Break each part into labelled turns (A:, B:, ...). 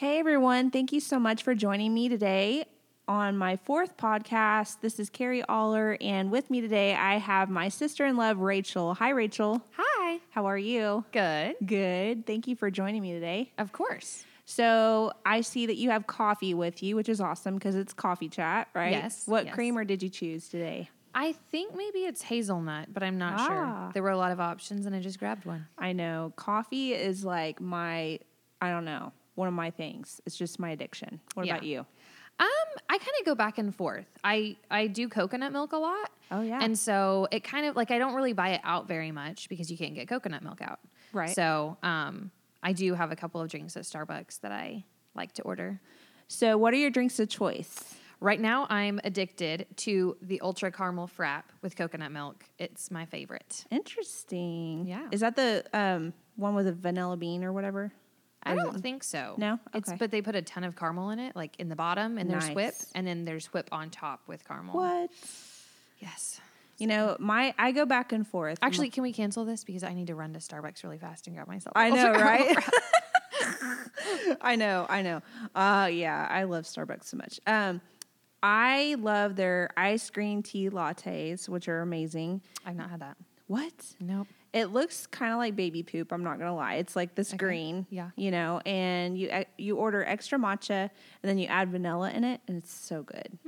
A: everyone. Thank you so much for joining me today on my fourth podcast. This is Carrie Aller, and with me today I have my sister in love, Rachel. Hi, Rachel.
B: Hi.
A: How are you?
B: Good.
A: Good. Thank you for joining me today.
B: Of course.
A: So I see that you have coffee with you, which is awesome because it's coffee chat, right?
B: Yes,
A: What
B: yes.
A: creamer did you choose today?
B: I think maybe it's hazelnut, but I'm not
A: Ah.
B: sure. There were a lot of options and I just grabbed one.
A: I know coffee is like my, I don't know, one of my things. It's just my addiction. What
B: Yeah.
A: about you?
B: Um, I kind of go back and forth. I I do coconut milk a lot.
A: Oh, yeah.
B: And so it kind of like I don't really buy it out very much because you can't get coconut milk out.
A: Right.
B: So, um I do have a couple of drinks at Starbucks that I like to order.
A: So, what are your drinks of choice?
B: Right now I'm addicted to the ultra caramel frap with coconut milk. It's my favorite.
A: Interesting.
B: Yeah.
A: Is that the um, one with a vanilla bean or whatever?
B: I
A: Or is
B: don't
A: it-
B: think so.
A: No?
B: It's
A: Okay.
B: but they put a ton of caramel in it, like in the bottom, and there's whip,
A: Nice.
B: and then there's whip on top with caramel.
A: What?
B: Yes.
A: You know, my I go back and forth.
B: Actually, can we cancel this because I need to run to Starbucks really fast and grab myself.
A: I
B: a
A: know,
B: caramel
A: right?
B: frap.
A: I know, I know. Uh yeah, I love Starbucks so much. Um I love their ice green tea lattes, which are amazing.
B: I've not had that.
A: What?
B: Nope.
A: It looks kind of like baby poop. I'm not gonna lie. It's like this green,
B: yeah.
A: you know. And you uh, you order extra matcha, and then you add vanilla in it, and it's so good.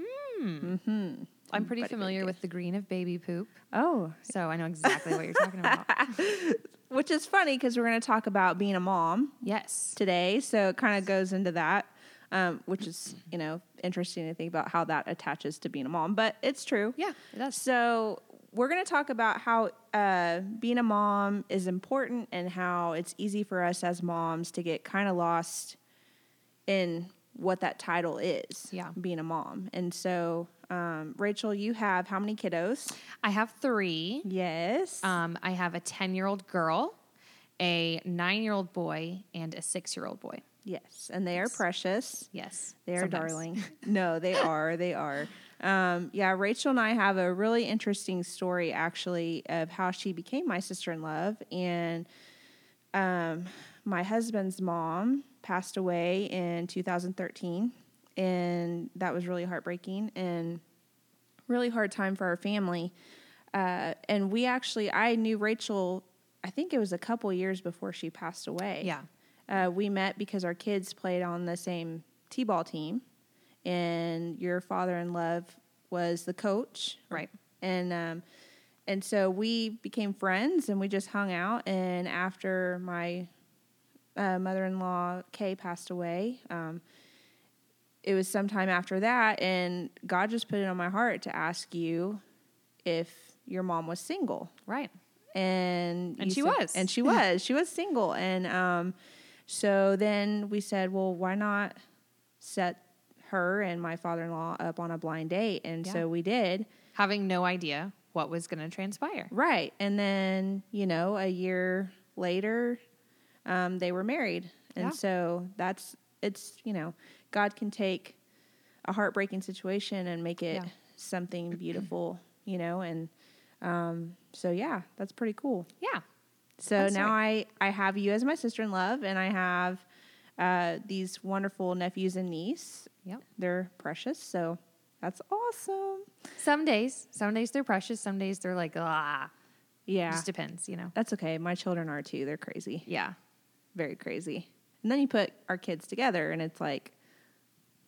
B: I'm pretty familiar with the green of baby poop,
A: Oh,
B: so I know exactly what you're talking about.
A: which is funny because we're going to talk about being a mom
B: Yes.
A: today. So it kind of goes into that, um, which is, you know, interesting to think about how that attaches to being a mom, but it's true.
B: Yeah, it does.
A: So we're going to talk about how uh, being a mom is important and how it's easy for us as moms to get kind of lost in what that title is
B: Yeah.
A: being a mom. And so, um, Rachel, you have how many kiddos?
B: I have three.
A: Yes.
B: Um, I have a 10 year old girl, a nine year old boy, and a six year old boy.
A: yes. And they are precious.
B: Yes.
A: They are
B: sometimes.
A: darling. No, they are. They are. Um, yeah, Rachel and I have a really interesting story actually of how she became my sister in love. And um, my husband's mom passed away in 2013. And that was really heartbreaking and really hard time for our family. Uh, and we actually, I knew Rachel, I think it was a couple years before she passed away.
B: Yeah.
A: Uh, we met because our kids played on the same t ball team, and your father in love was the coach.
B: Right.
A: And, um, and so we became friends and we just hung out. And after my uh, mother in law, Kay, passed away, um, it was sometime after that. And God just put it on my heart to ask you if your mom was single
B: Right.
A: and
B: And
A: you
B: she
A: said-
B: was.
A: and she was she was single and um so then we said well why not set her and my father-in-law up on a blind date and
B: Yeah.
A: so we did
B: having no idea what was going to transpire.
A: right and then you know a year later um they were married and
B: Yeah.
A: so that's it's you know god can take a heartbreaking situation and make it
B: Yeah.
A: something beautiful you know and um so yeah that's pretty cool
B: Yeah.
A: So
B: That's
A: now I, I have you as my sister in love, and I have uh, these wonderful nephews and niece.
B: Yep.
A: They're precious, so that's awesome.
B: Some days, some days they're precious. Some days they're like, ah,
A: Yeah,
B: just depends, you know?
A: that's okay. My children are too. They're crazy,
B: Yeah.
A: very crazy. And then you put our kids together, and it's like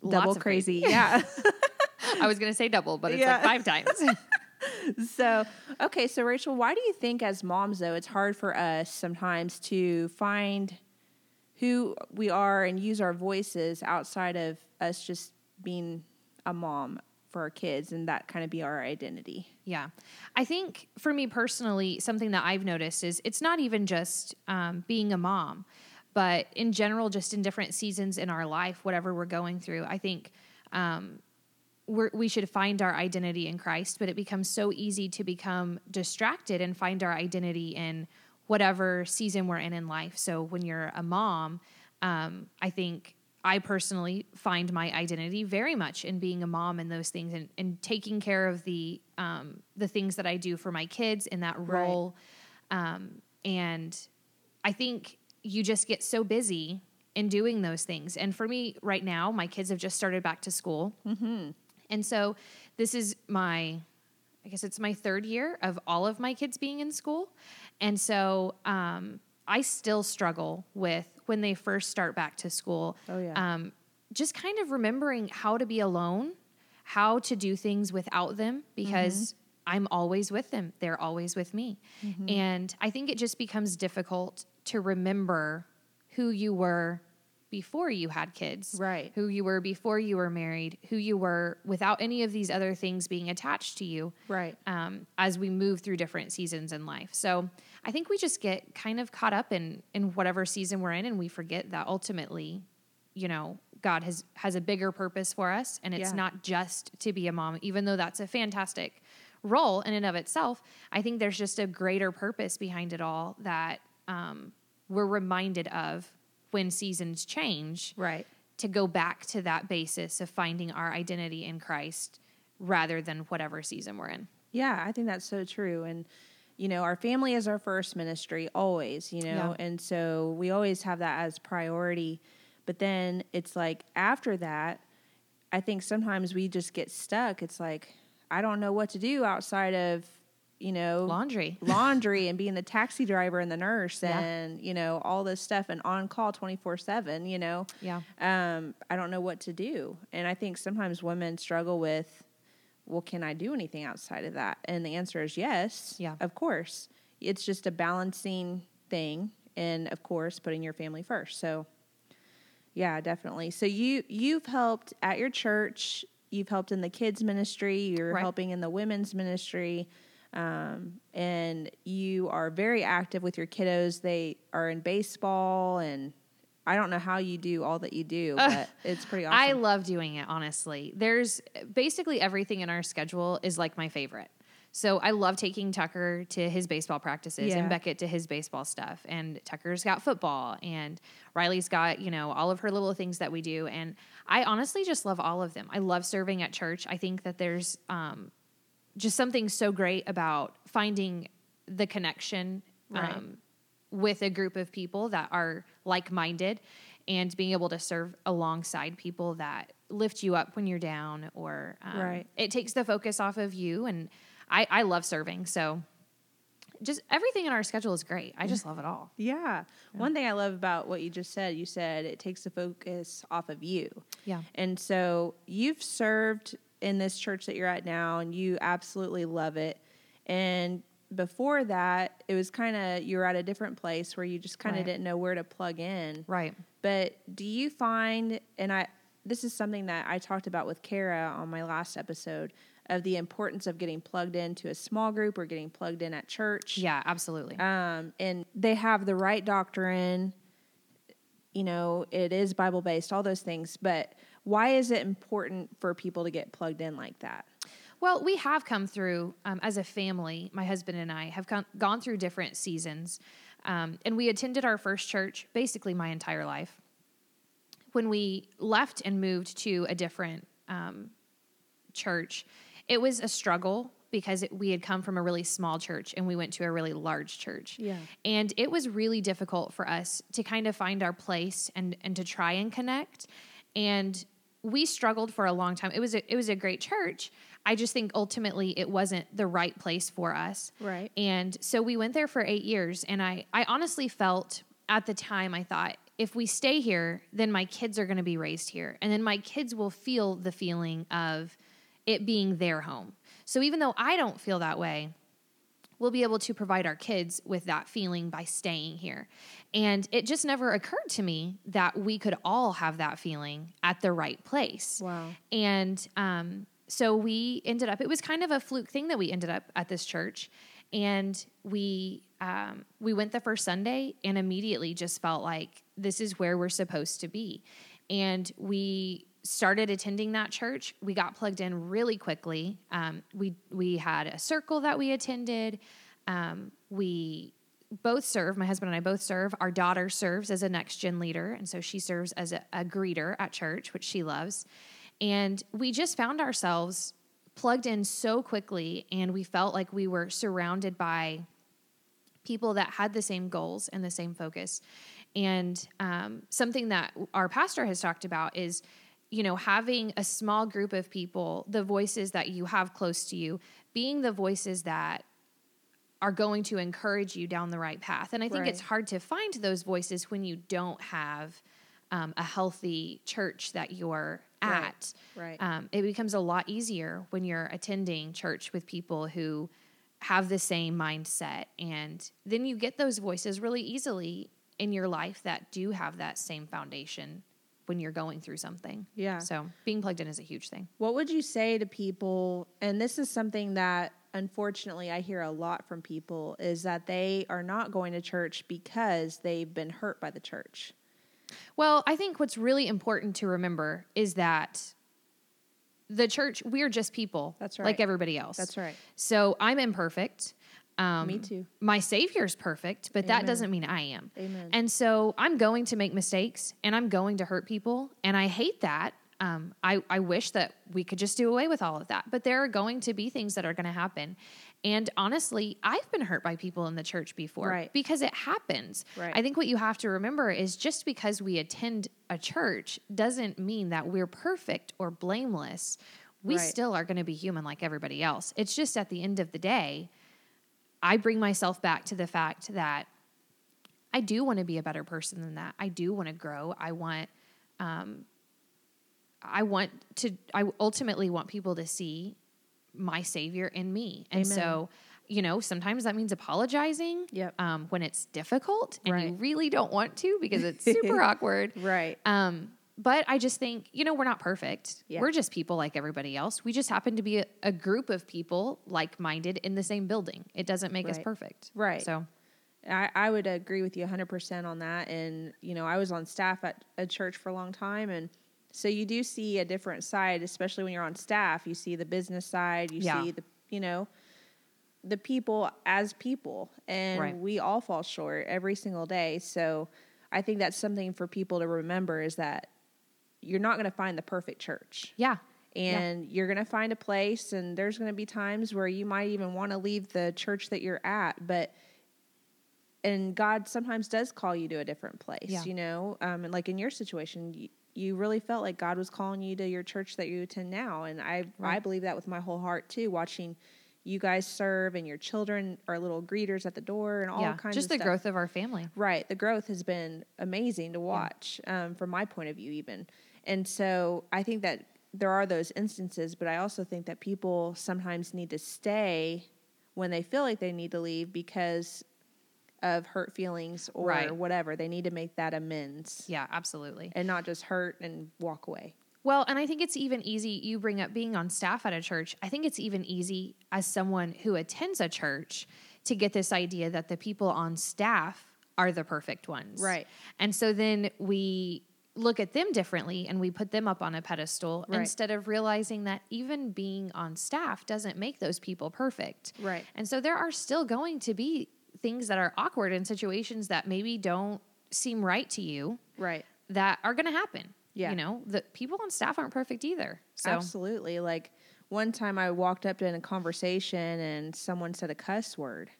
B: Lots
A: double
B: of crazy.
A: crazy. Yeah.
B: I was going to say double, but it's
A: Yeah.
B: like five times.
A: so okay, so Rachel, why do you think as moms though it's hard for us sometimes to find who we are and use our voices outside of us just being a mom for our kids and that kind of be our identity.
B: Yeah. I think for me personally, something that I've noticed is it's not even just um, being a mom, but in general, just in different seasons in our life, whatever we're going through, I think um, we're, we should find our identity in Christ, but it becomes so easy to become distracted and find our identity in whatever season we're in in life. So when you're a mom, um, I think I personally find my identity very much in being a mom and those things and, and taking care of the um, the things that I do for my kids in that
A: Right.
B: role. Um, and I think you just get so busy and doing those things. And for me right now, my kids have just started back to school. And so this is my, I guess it's my third year of all of my kids being in school. And so um, I still struggle with when they first start back to school.
A: Oh, yeah.
B: Um, just kind of remembering how to be alone, how to do things without them because
A: Mm-hmm.
B: I'm always with them. They're always with me. And I think it just becomes difficult to remember who you were before you had kids
A: Right.
B: who you were before you were married, who you were without any of these other things being attached to you
A: Right.
B: um, as we move through different seasons in life. So I think we just get kind of caught up in in whatever season we're in, and we forget that ultimately, you know, God has has a bigger purpose for us, and it's
A: Yeah.
B: not just to be a mom, even though that's a fantastic role in and of itself. I think there's just a greater purpose behind it all that um, we're reminded of when seasons change
A: Right.
B: to go back to that basis of finding our identity in Christ rather than whatever season we're in.
A: Yeah, I think that's so true. And, you know, our family is our first ministry always, you know,
B: Yeah.
A: and so we always have that as priority. But then it's like after that, I think sometimes we just get stuck. It's like, I don't know what to do outside of, you know,
B: Laundry.
A: laundry and being the taxi driver and the nurse
B: Yeah.
A: and, you know, all this stuff and on call 24 7, you know
B: Yeah.
A: um, I don't know what to do. And I think sometimes women struggle with, well, can I do anything outside of that? And the answer is yes,
B: Yeah.
A: of course. It's just a balancing thing, and of course, putting your family first. So, yeah, definitely. So you you've helped at your church. You've helped in the kids ministry. You're
B: Right.
A: helping in the women's ministry. Um, and you are very active with your kiddos. They are in baseball, and I don't know how you do all that you do, but it's pretty awesome.
B: I love doing it, honestly. There's basically everything in our schedule is like my favorite. So I love taking Tucker to his baseball practices
A: Yeah.
B: and Beckett to his baseball stuff. And Tucker's got football and Riley's got, you know, all of her little things that we do. And I honestly just love all of them. I love serving at church. I think that there's um, just something so great about finding the connection
A: Right.
B: um, with a group of people that are like minded and being able to serve alongside people that lift you up when you're down or um,
A: Right.
B: it takes the focus off of you and I, I love serving so just everything in our schedule is great i just love it all
A: Yeah. One thing I love about what you just said, you said it takes the focus off of you.
B: Yeah.
A: And so you've served in this church that you're at now and you absolutely love it. And before that, it was kind of you were at a different place where you just kind of
B: Right.
A: didn't know where to plug in.
B: right
A: But do you find, and I, this is something that I talked about with Kara on my last episode of the importance of getting plugged into a small group or getting plugged in at church
B: yeah absolutely
A: um, and they have the right doctrine. You know, it is Bible based, all those things. But why is it important for people to get plugged in like that?
B: Well, we have come through um, as a family. My husband and I have come, gone through different seasons, um, and we attended our first church basically my entire life. When we left and moved to a different um, church, it was a struggle because it, we had come from a really small church and we went to a really large church.
A: Yeah.
B: And it was really difficult for us to kind of find our place and and to try and connect. And we struggled for a long time. It was a, it was a great church. I just think ultimately it wasn't the right place for us.
A: Right.
B: And so we went there for 8 years and I I honestly felt at the time I thought if we stay here, then my kids are going to be raised here and then my kids will feel the feeling of it being their home. So even though I don't feel that way, we'll be able to provide our kids with that feeling by staying here. And it just never occurred to me that we could all have that feeling at the right place.
A: Wow.
B: And um, so we ended up, it was kind of a fluke thing that we ended up at this church. And we, um, we went the first Sunday and immediately just felt like this is where we're supposed to be. And we started attending that church. We got plugged in really quickly. Um, we, we had a circle that we attended. Um, we both serve, my husband and I both serve. Our daughter serves as a next gen leader, and so she serves as a, a greeter at church, which she loves. And we just found ourselves plugged in so quickly, and we felt like we were surrounded by people that had the same goals and the same focus. And um, something that our pastor has talked about is, you know, having a small group of people, the voices that you have close to you, being the voices that are going to encourage you down the right path. And I think
A: Right.
B: it's hard to find those voices when you don't have um, a healthy church that you're
A: Right.
B: at.
A: Right.
B: Um, it becomes a lot easier when you're attending church with people who have the same mindset. And then you get those voices really easily in your life that do have that same foundation when you're going through something.
A: Yeah.
B: So being plugged in is a huge thing.
A: What would you say to people? And this is something that unfortunately I hear a lot from people is that they are not going to church because they've been hurt by the church.
B: Well, I think what's really important to remember is that the church, we're just people.
A: That's
B: Like
A: right.
B: everybody else.
A: That's right.
B: So I'm imperfect. Um,
A: Me too.
B: My Savior's perfect, but that
A: Amen.
B: doesn't mean I am.
A: Amen.
B: And so I'm going to make mistakes and I'm going to hurt people. And I hate that. Um, I, I wish that we could just do away with all of that. But there are going to be things that are going to happen. And honestly, I've been hurt by people in the church before
A: Right.
B: because it happens.
A: Right.
B: I think what you have to remember is just because we attend a church doesn't mean that we're perfect or blameless. We
A: Right.
B: still are going to be human like everybody else. It's just at the end of the day, I bring myself back to the fact that I do want to be a better person than that. I do want to grow. I want, um, I want to. I ultimately want people to see my Savior in me, and
A: Amen.
B: so you know sometimes that means apologizing.
A: Yep.
B: Um, when it's difficult and you
A: Right.
B: really don't want to because it's super awkward.
A: Right.
B: Um, but I just think, you know, we're not perfect.
A: Yeah.
B: We're just people like everybody else. We just happen to be a, a group of people like minded in the same building. It doesn't make us
A: Right.
B: perfect.
A: Right.
B: So,
A: I, I would agree with you 100% on that. And, you know, I was on staff at a church for a long time. And so you do see a different side, especially when you're on staff. You see the business side, you
B: Yeah.
A: see the, you know, the people as people. And
B: Right.
A: we all fall short every single day. So I think that's something for people to remember is that you're not going to find the perfect church
B: yeah.
A: and you're going to find a place and there's going to be times where you might even want to leave the church that you're at but and god sometimes does call you to a different place
B: Yeah.
A: you know um, and like in your situation you, you really felt like god was calling you to your church that you attend now and i i
B: Right.
A: believe that with my whole heart too watching you guys serve and your children are little greeters at the door and all
B: yeah.
A: kinds
B: Just
A: of
B: the
A: stuff.
B: growth of our family.
A: Right. The growth has been amazing to watch um, from my point of view, even. And so I think that there are those instances, but I also think that people sometimes need to stay when they feel like they need to leave because of hurt feelings or
B: Right.
A: whatever. They need to make that amends
B: Yeah, absolutely.
A: and not just hurt and walk away.
B: Well, and I think it's even easy. You bring up being on staff at a church. I think it's even easy as someone who attends a church to get this idea that the people on staff are the perfect ones.
A: Right.
B: And so then we look at them differently and we put them up on a pedestal
A: Right.
B: instead of realizing that even being on staff doesn't make those people perfect.
A: Right.
B: And so there are still going to be things that are awkward and situations that maybe don't seem right to you
A: Right.
B: that are going to happen.
A: Yeah.
B: You know, the people on staff aren't perfect either. So,
A: Absolutely. Like one time I walked up in a conversation and someone said a cuss word.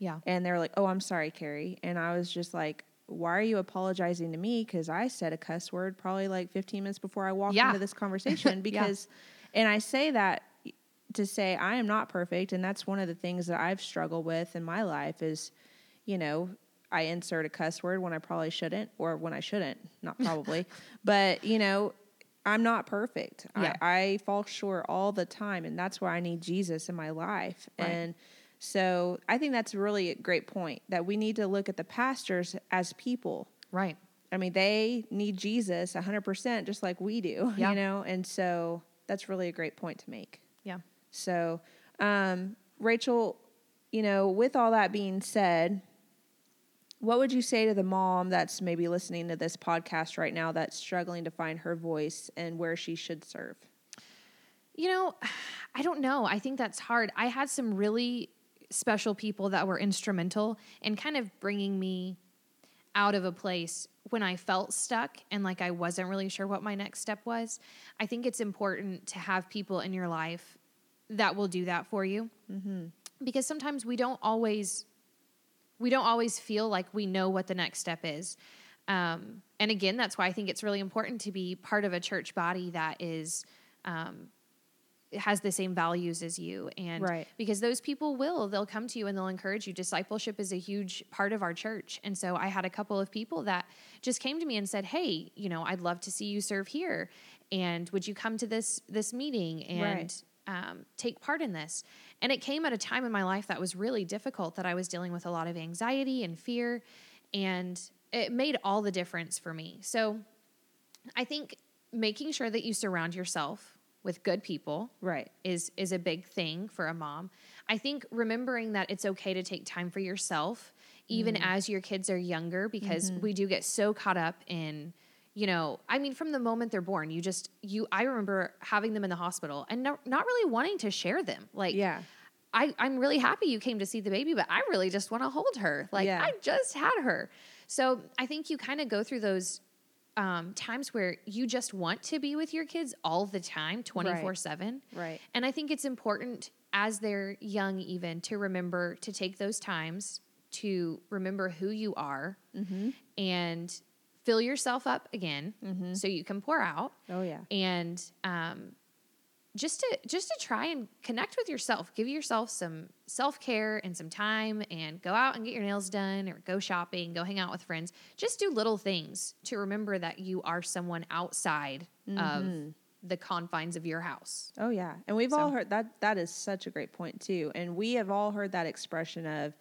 B: yeah.
A: And they're like, "Oh, I'm sorry, Carrie." And I was just like, "Why are you apologizing to me? Because I said a cuss word probably like 15 minutes before I walked
B: Yeah.
A: into this conversation." Because, and I say that to say I am not perfect, and that's one of the things that I've struggled with in my life is, you know, I insert a cuss word when I probably shouldn't, or when I shouldn't, not probably, but you know. I'm not perfect.
B: Yeah.
A: I, I fall short all the time, and that's why I need Jesus in my life.
B: Right.
A: And so I think that's really a great point that we need to look at the pastors as people.
B: Right.
A: I mean, they need Jesus 100% just like we do,
B: Yeah.
A: you know? And so that's really a great point to make.
B: Yeah.
A: So, um, Rachel, you know, with all that being said, what would you say to the mom that's maybe listening to this podcast right now that's struggling to find her voice and where she should serve?
B: You know, I don't know. I think that's hard. I had some really special people that were instrumental in kind of bringing me out of a place when I felt stuck and like I wasn't really sure what my next step was. I think it's important to have people in your life that will do that for you. Because sometimes we don't always we don't always feel like we know what the next step is. Um, and again, that's why I think it's really important to be part of a church body that is um, has the same values as you and
A: Right.
B: because those people will they'll come to you and they'll encourage you discipleship is a huge part of our church and so i had a couple of people that just came to me and said hey you know i'd love to see you serve here and would you come to this this meeting and
A: Right.
B: um, take part in this and it came at a time in my life that was really difficult that i was dealing with a lot of anxiety and fear and it made all the difference for me so i think making sure that you surround yourself with good people
A: Right.
B: is is a big thing for a mom. I think remembering that it's okay to take time for yourself even
A: Mm.
B: as your kids are younger because
A: Mm-hmm.
B: we do get so caught up in you know, I mean from the moment they're born, you just you I remember having them in the hospital and no, not really wanting to share them. Like
A: Yeah.
B: I, I'm really happy you came to see the baby, but I really just want to hold her. Like
A: Yeah.
B: I just had her. So I think you kind of go through those um, times where you just want to be with your kids all the time, 24 7.
A: Right.
B: And I think it's important as they're young, even to remember to take those times to remember who you are and fill yourself up again so you can pour out
A: Oh yeah.
B: and um, just to just to try and connect with yourself give yourself some self-care and some time and go out and get your nails done or go shopping go hang out with friends just do little things to remember that you are someone outside of the confines of your house
A: Oh yeah, and we've all
B: So-
A: heard that. That is such a great point too, and we have all heard that expression of,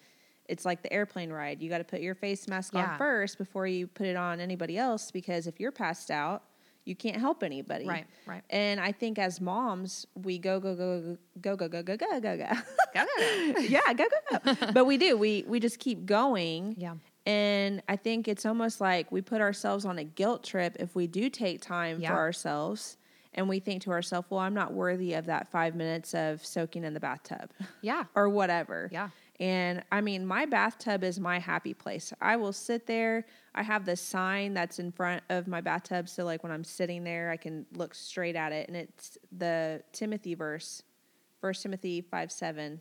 A: "It's like the airplane ride. You got to put your face mask
B: Yeah.
A: on first before you put it on anybody else because if you're passed out, you can't help anybody."
B: Right, right.
A: And I think as moms, we go go go go go go go go go go.
B: Go, go, go.
A: yeah, go go go. but we do. We we just keep going.
B: Yeah.
A: And I think it's almost like we put ourselves on a guilt trip if we do take time
B: Yeah.
A: for ourselves and we think to ourselves, well, I'm not worthy of that five minutes of soaking in the bathtub
B: yeah
A: or whatever.
B: Yeah.
A: And I mean, my bathtub is my happy place. I will sit there. I have the sign that's in front of my bathtub. So, like, when I'm sitting there, I can look straight at it. And it's the Timothy verse, 1 Timothy 5 7,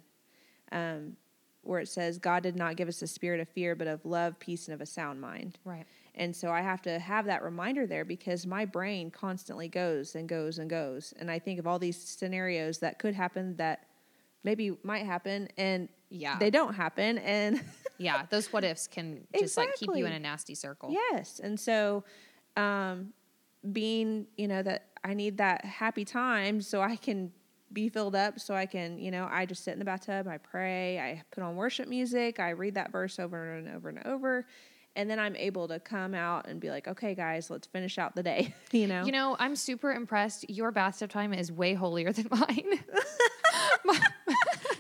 A: um, where it says, God did not give us a spirit of fear, but of love, peace, and of a sound mind.
B: right
A: And so I have to have that reminder there because my brain constantly goes and goes and goes. And I think of all these scenarios that could happen that maybe might happen and
B: Yeah.
A: they don't happen. And
B: yeah those what ifs can just like keep you in
A: Exactly.
B: a nasty
A: Oh.
B: circle
A: yes. And so um, being, you know, that I need that happy time so I can be filled up, so I can, you know, I just sit in the bathtub, I pray, I put on worship music, I read that verse over and over and over. And then I'm able to come out and be like, okay, guys, let's finish out the day, you know?
B: You know, I'm super impressed. Your bathtub time is way holier than mine. My-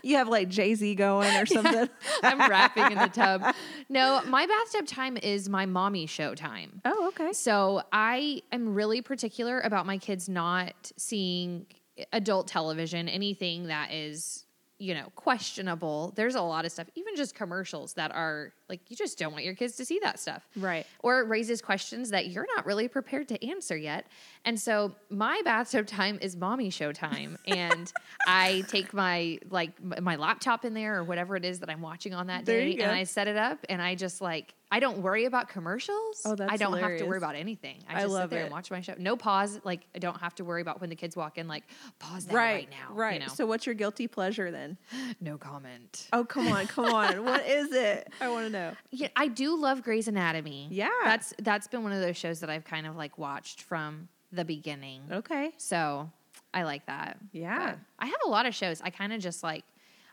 A: you have like Jay Z going or something.
B: I'm rapping in the tub. No, my bathtub time is my mommy show time.
A: Oh, okay.
B: So I am really particular about my kids not seeing adult television, anything that is, you know, questionable. There's a lot of stuff, even just commercials that are like, you just don't want your kids to see that stuff.
A: Right.
B: Or it raises questions that you're not really prepared to answer yet. And so my bathtub time is mommy show time. And I take my, like, m- my laptop in there or whatever it is that I'm watching on that
A: There
B: day.
A: you go.
B: And I set it up and I just like, I don't worry about commercials.
A: Oh, that's
B: I don't have to worry
A: hilarious.
B: about anything. I
A: I
B: just
A: love
B: sit there
A: it.
B: and watch my show. No pause. Like I don't have to worry about when the kids walk in. Like pause that right, now. you
A: Right.
B: know?
A: So what's your guilty pleasure then?
B: no comment.
A: Oh, come on, come on. What is it? I want to know.
B: Yeah, I do love Grey's Anatomy.
A: Yeah.
B: that's that's been one of those shows that I've kind of like watched from the beginning.
A: Okay.
B: So I like that.
A: Oh. Yeah.
B: But I have a lot of shows. I kind of just like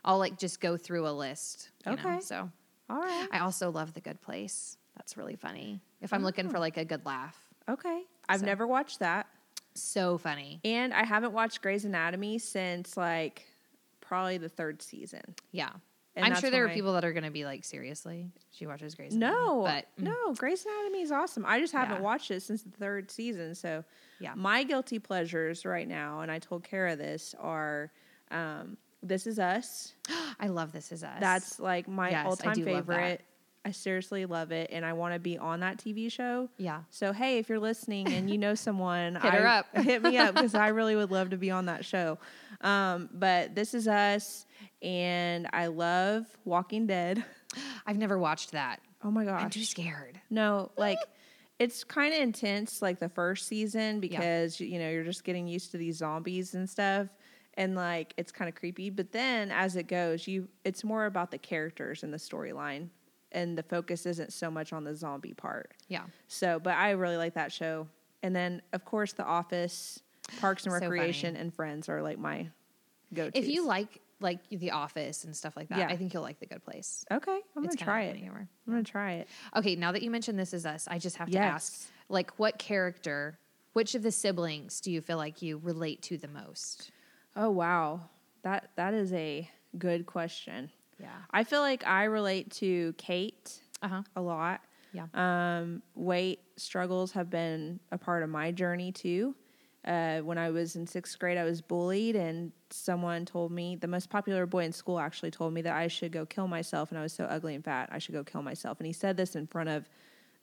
B: I'll like just go through a list. You Know?
A: Okay.
B: So
A: All right.
B: I also love The Good Place. That's really funny. If I'm looking
A: Oh.
B: for like a good laugh,
A: Okay. I've
B: So-
A: never watched that.
B: so funny.
A: And I haven't watched Grey's Anatomy since like probably the third season.
B: Yeah.
A: And
B: I'm
A: that's
B: sure there are
A: when I-
B: people that are going to be like, seriously, she watches Grey's Anatomy.
A: No,
B: But mm,
A: no, Grey's Anatomy is awesome. I just haven't
B: Yeah.
A: watched it since the third season. So,
B: Yeah.
A: my guilty pleasures right now, and I told Kara this, are um, This Is Us.
B: I love This Is Us.
A: That's like my
B: Yes, I
A: all time
B: do love that.
A: favorite. I seriously love it, and I want to be on that TV show.
B: Yeah.
A: So hey, if you're listening and you know someone,
B: Hit her
A: I-
B: up.
A: hit me up because I really would love to be on that show. Um, but this is us, and I love Walking Dead.
B: I've never watched that.
A: Oh my
B: I'm
A: gosh,
B: too scared.
A: no, like it's kind of intense like the first season because you know you're just getting used to these zombies and stuff and like it's kind of creepy but then as it goes you it's more about the characters and the storyline and the focus isn't so much on the zombie part
B: Yeah.
A: so but i really like that show and then of course the office parks and
B: So funny.
A: recreation and friends are like my go-to
B: If you like like The Office and stuff like that,
A: Yeah.
B: I think you'll like The Good Place.
A: okay i'm gonna
B: It's kinda
A: try
B: like
A: it
B: The Humor.
A: i'm gonna try it
B: Okay, now that you mentioned This Is Us, I just have to ask,
A: Yes.
B: like, what character, which of the siblings do you feel like you relate to the most?
A: oh wow that that is a good question
B: Yeah.
A: I feel like I relate to Kate
B: Uh huh.
A: a lot.
B: Yeah.
A: Um, weight struggles have been a part of my journey too. Uh, when I was in sixth grade, I was bullied, and someone told me the most popular boy in school actually told me that I should go kill myself, and I was so ugly and fat, I should go kill myself. And he said this in front of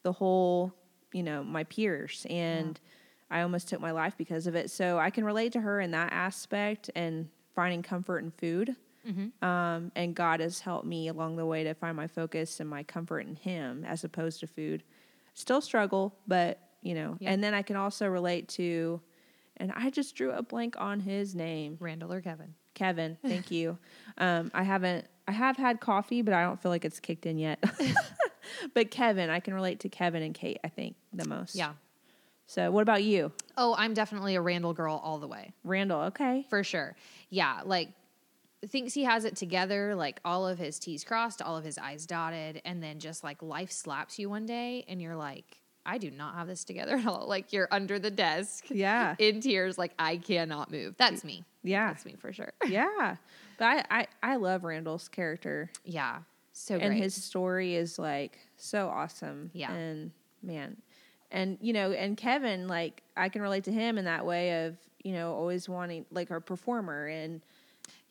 A: the whole, you know, my peers, and I almost took my life because of it. So I can relate to her in that aspect and finding comfort in food um, and God has helped me along the way to find my focus and my comfort in Him as opposed to food. Still struggle, but you know.
B: Yeah.
A: And then I can also relate to, and I just drew a blank on his name,
B: Randall or Kevin?
A: Kevin. Thank you. Um, I haven't. I have had coffee, but I don't feel like it's kicked in yet. but Kevin, I can relate to Kevin and Kate. I think the most.
B: Yeah.
A: So what about you,
B: Oh, I'm definitely a Randall girl all the way.
A: Randall? Okay.
B: For sure. Yeah. Like, thinks he has it together, like all of his T's crossed, all of his I's dotted. And then just like life slaps you one day and you're like, I do not have this together at all. Like, you're under the desk
A: Yeah.
B: in tears, like, I cannot move. That's me.
A: Yeah.
B: That's me for sure.
A: Yeah. But I, I, I love Randall's character.
B: Yeah. So
A: and
B: great.
A: his story is like so awesome.
B: Yeah.
A: And man, and you know, and Kevin, like I can relate to him in that way of you know always wanting like a performer and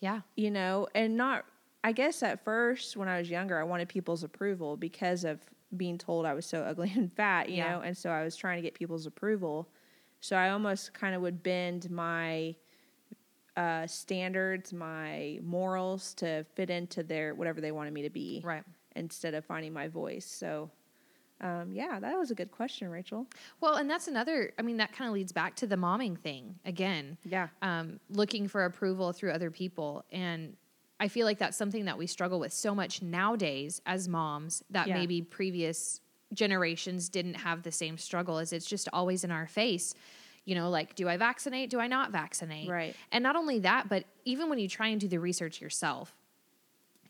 B: yeah.
A: you know and not. I guess at first when I was younger, I wanted people's approval because of being told I was so ugly and fat, you
B: Yeah.
A: know, and so I was trying to get people's approval. So I almost kind of would bend my uh, standards, my morals to fit into their whatever they wanted me to be
B: Right.
A: instead of finding my voice. So, um, yeah, that was a good question, Rachel.
B: Well, and that's another, I mean, that kind of leads back to the momming thing again.
A: Yeah.
B: Um, looking for approval through other people. And I feel like that's something that we struggle with so much nowadays as moms that
A: Yeah.
B: maybe previous generations didn't have the same struggle as it's just always in our face. You know, like, do I vaccinate? Do I not vaccinate?
A: Right.
B: And not only that, but even when you try and do the research yourself,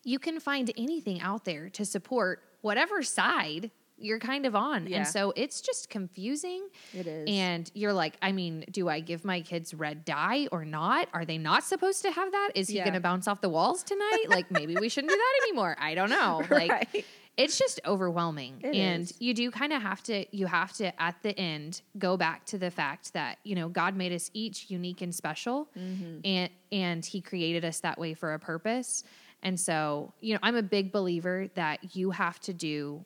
B: you can find anything out there to support whatever side you're kind of on.
A: Yeah.
B: And so it's just confusing.
A: It is.
B: And you're like, I mean, do I give my kids red dye or not? Are they not supposed to have that? Is he
A: Yeah.
B: going to bounce off the walls tonight? like, maybe we shouldn't do that anymore. I don't know. Like,
A: Right.
B: it's just overwhelming.
A: It
B: and
A: is.
B: you do kind of have to, you have to, at the end, go back to the fact that, you know, God made us each unique and special.
A: Mm-hmm.
B: And, and he created us that way for a purpose. And so, you know, I'm a big believer that you have to do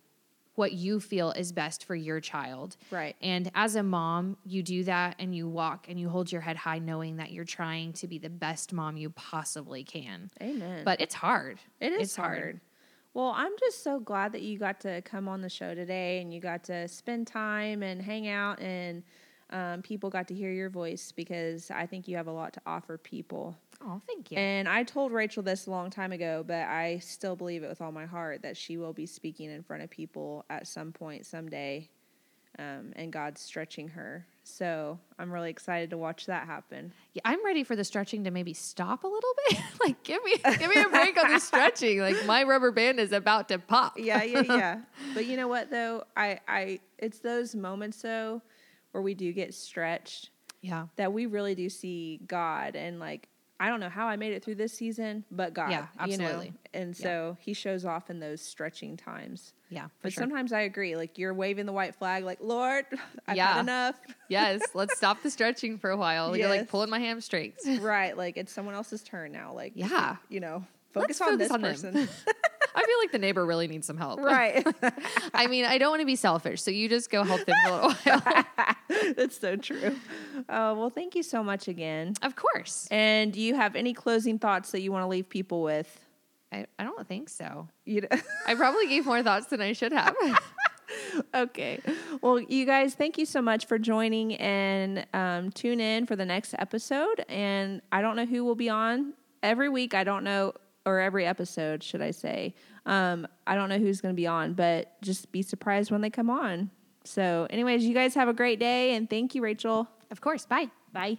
B: what you feel is best for your child.
A: Right.
B: And as a mom, you do that and you walk and you hold your head high knowing that you're trying to be the best mom you possibly can.
A: Amen.
B: But it's hard.
A: it is
B: It's
A: hard. Well, I'm just so glad that you got to come on the show today and you got to spend time and hang out and um, people got to hear your voice because I think you have a lot to offer people.
B: Oh, thank you.
A: And I told Rachel this a long time ago, but I still believe it with all my heart that she will be speaking in front of people at some point someday. Um, and God's stretching her. So I'm really excited to watch that happen.
B: Yeah, I'm ready for the stretching to maybe stop a little bit. like give me give me a break on the stretching. Like my rubber band is about to pop.
A: Yeah, yeah, yeah. but you know what though? I, I it's those moments though where we do get stretched
B: Yeah.
A: that we really do see God and like I don't know how I made it through this season, but God.
B: Yeah,
A: You
B: absolutely.
A: know? And
B: Yeah.
A: so he shows off in those stretching times.
B: Yeah. For
A: But
B: sure.
A: sometimes I agree. Like you're waving the white flag, like Lord, I've
B: Yeah.
A: had enough.
B: yes. Let's stop the stretching for a while. You're like
A: Yes.
B: pulling my hamstrings.
A: right, like it's someone else's turn now. Like
B: Yeah.
A: you know,
B: Let's
A: focus on
B: focus
A: this
B: on them.
A: person.
B: I feel like the neighbor really needs some help.
A: right,
B: I mean, I don't want to be selfish, so you just go help them for a little while.
A: that's so true. Uh, well, thank you so much again.
B: Of course.
A: And do you have any closing thoughts that you want to leave people with?
B: I, I don't think so.
A: You know,
B: I probably gave more thoughts than I should have.
A: okay. Well, you guys, thank you so much for joining and um, tune in for the next episode. And I don't know who will be on every week. I don't know, or every episode, should I say. Um, I don't know who's going to be on, but just be surprised when they come on. So, anyways, you guys have a great day. And thank you, Rachel.
B: Of course. Bye.
A: Bye.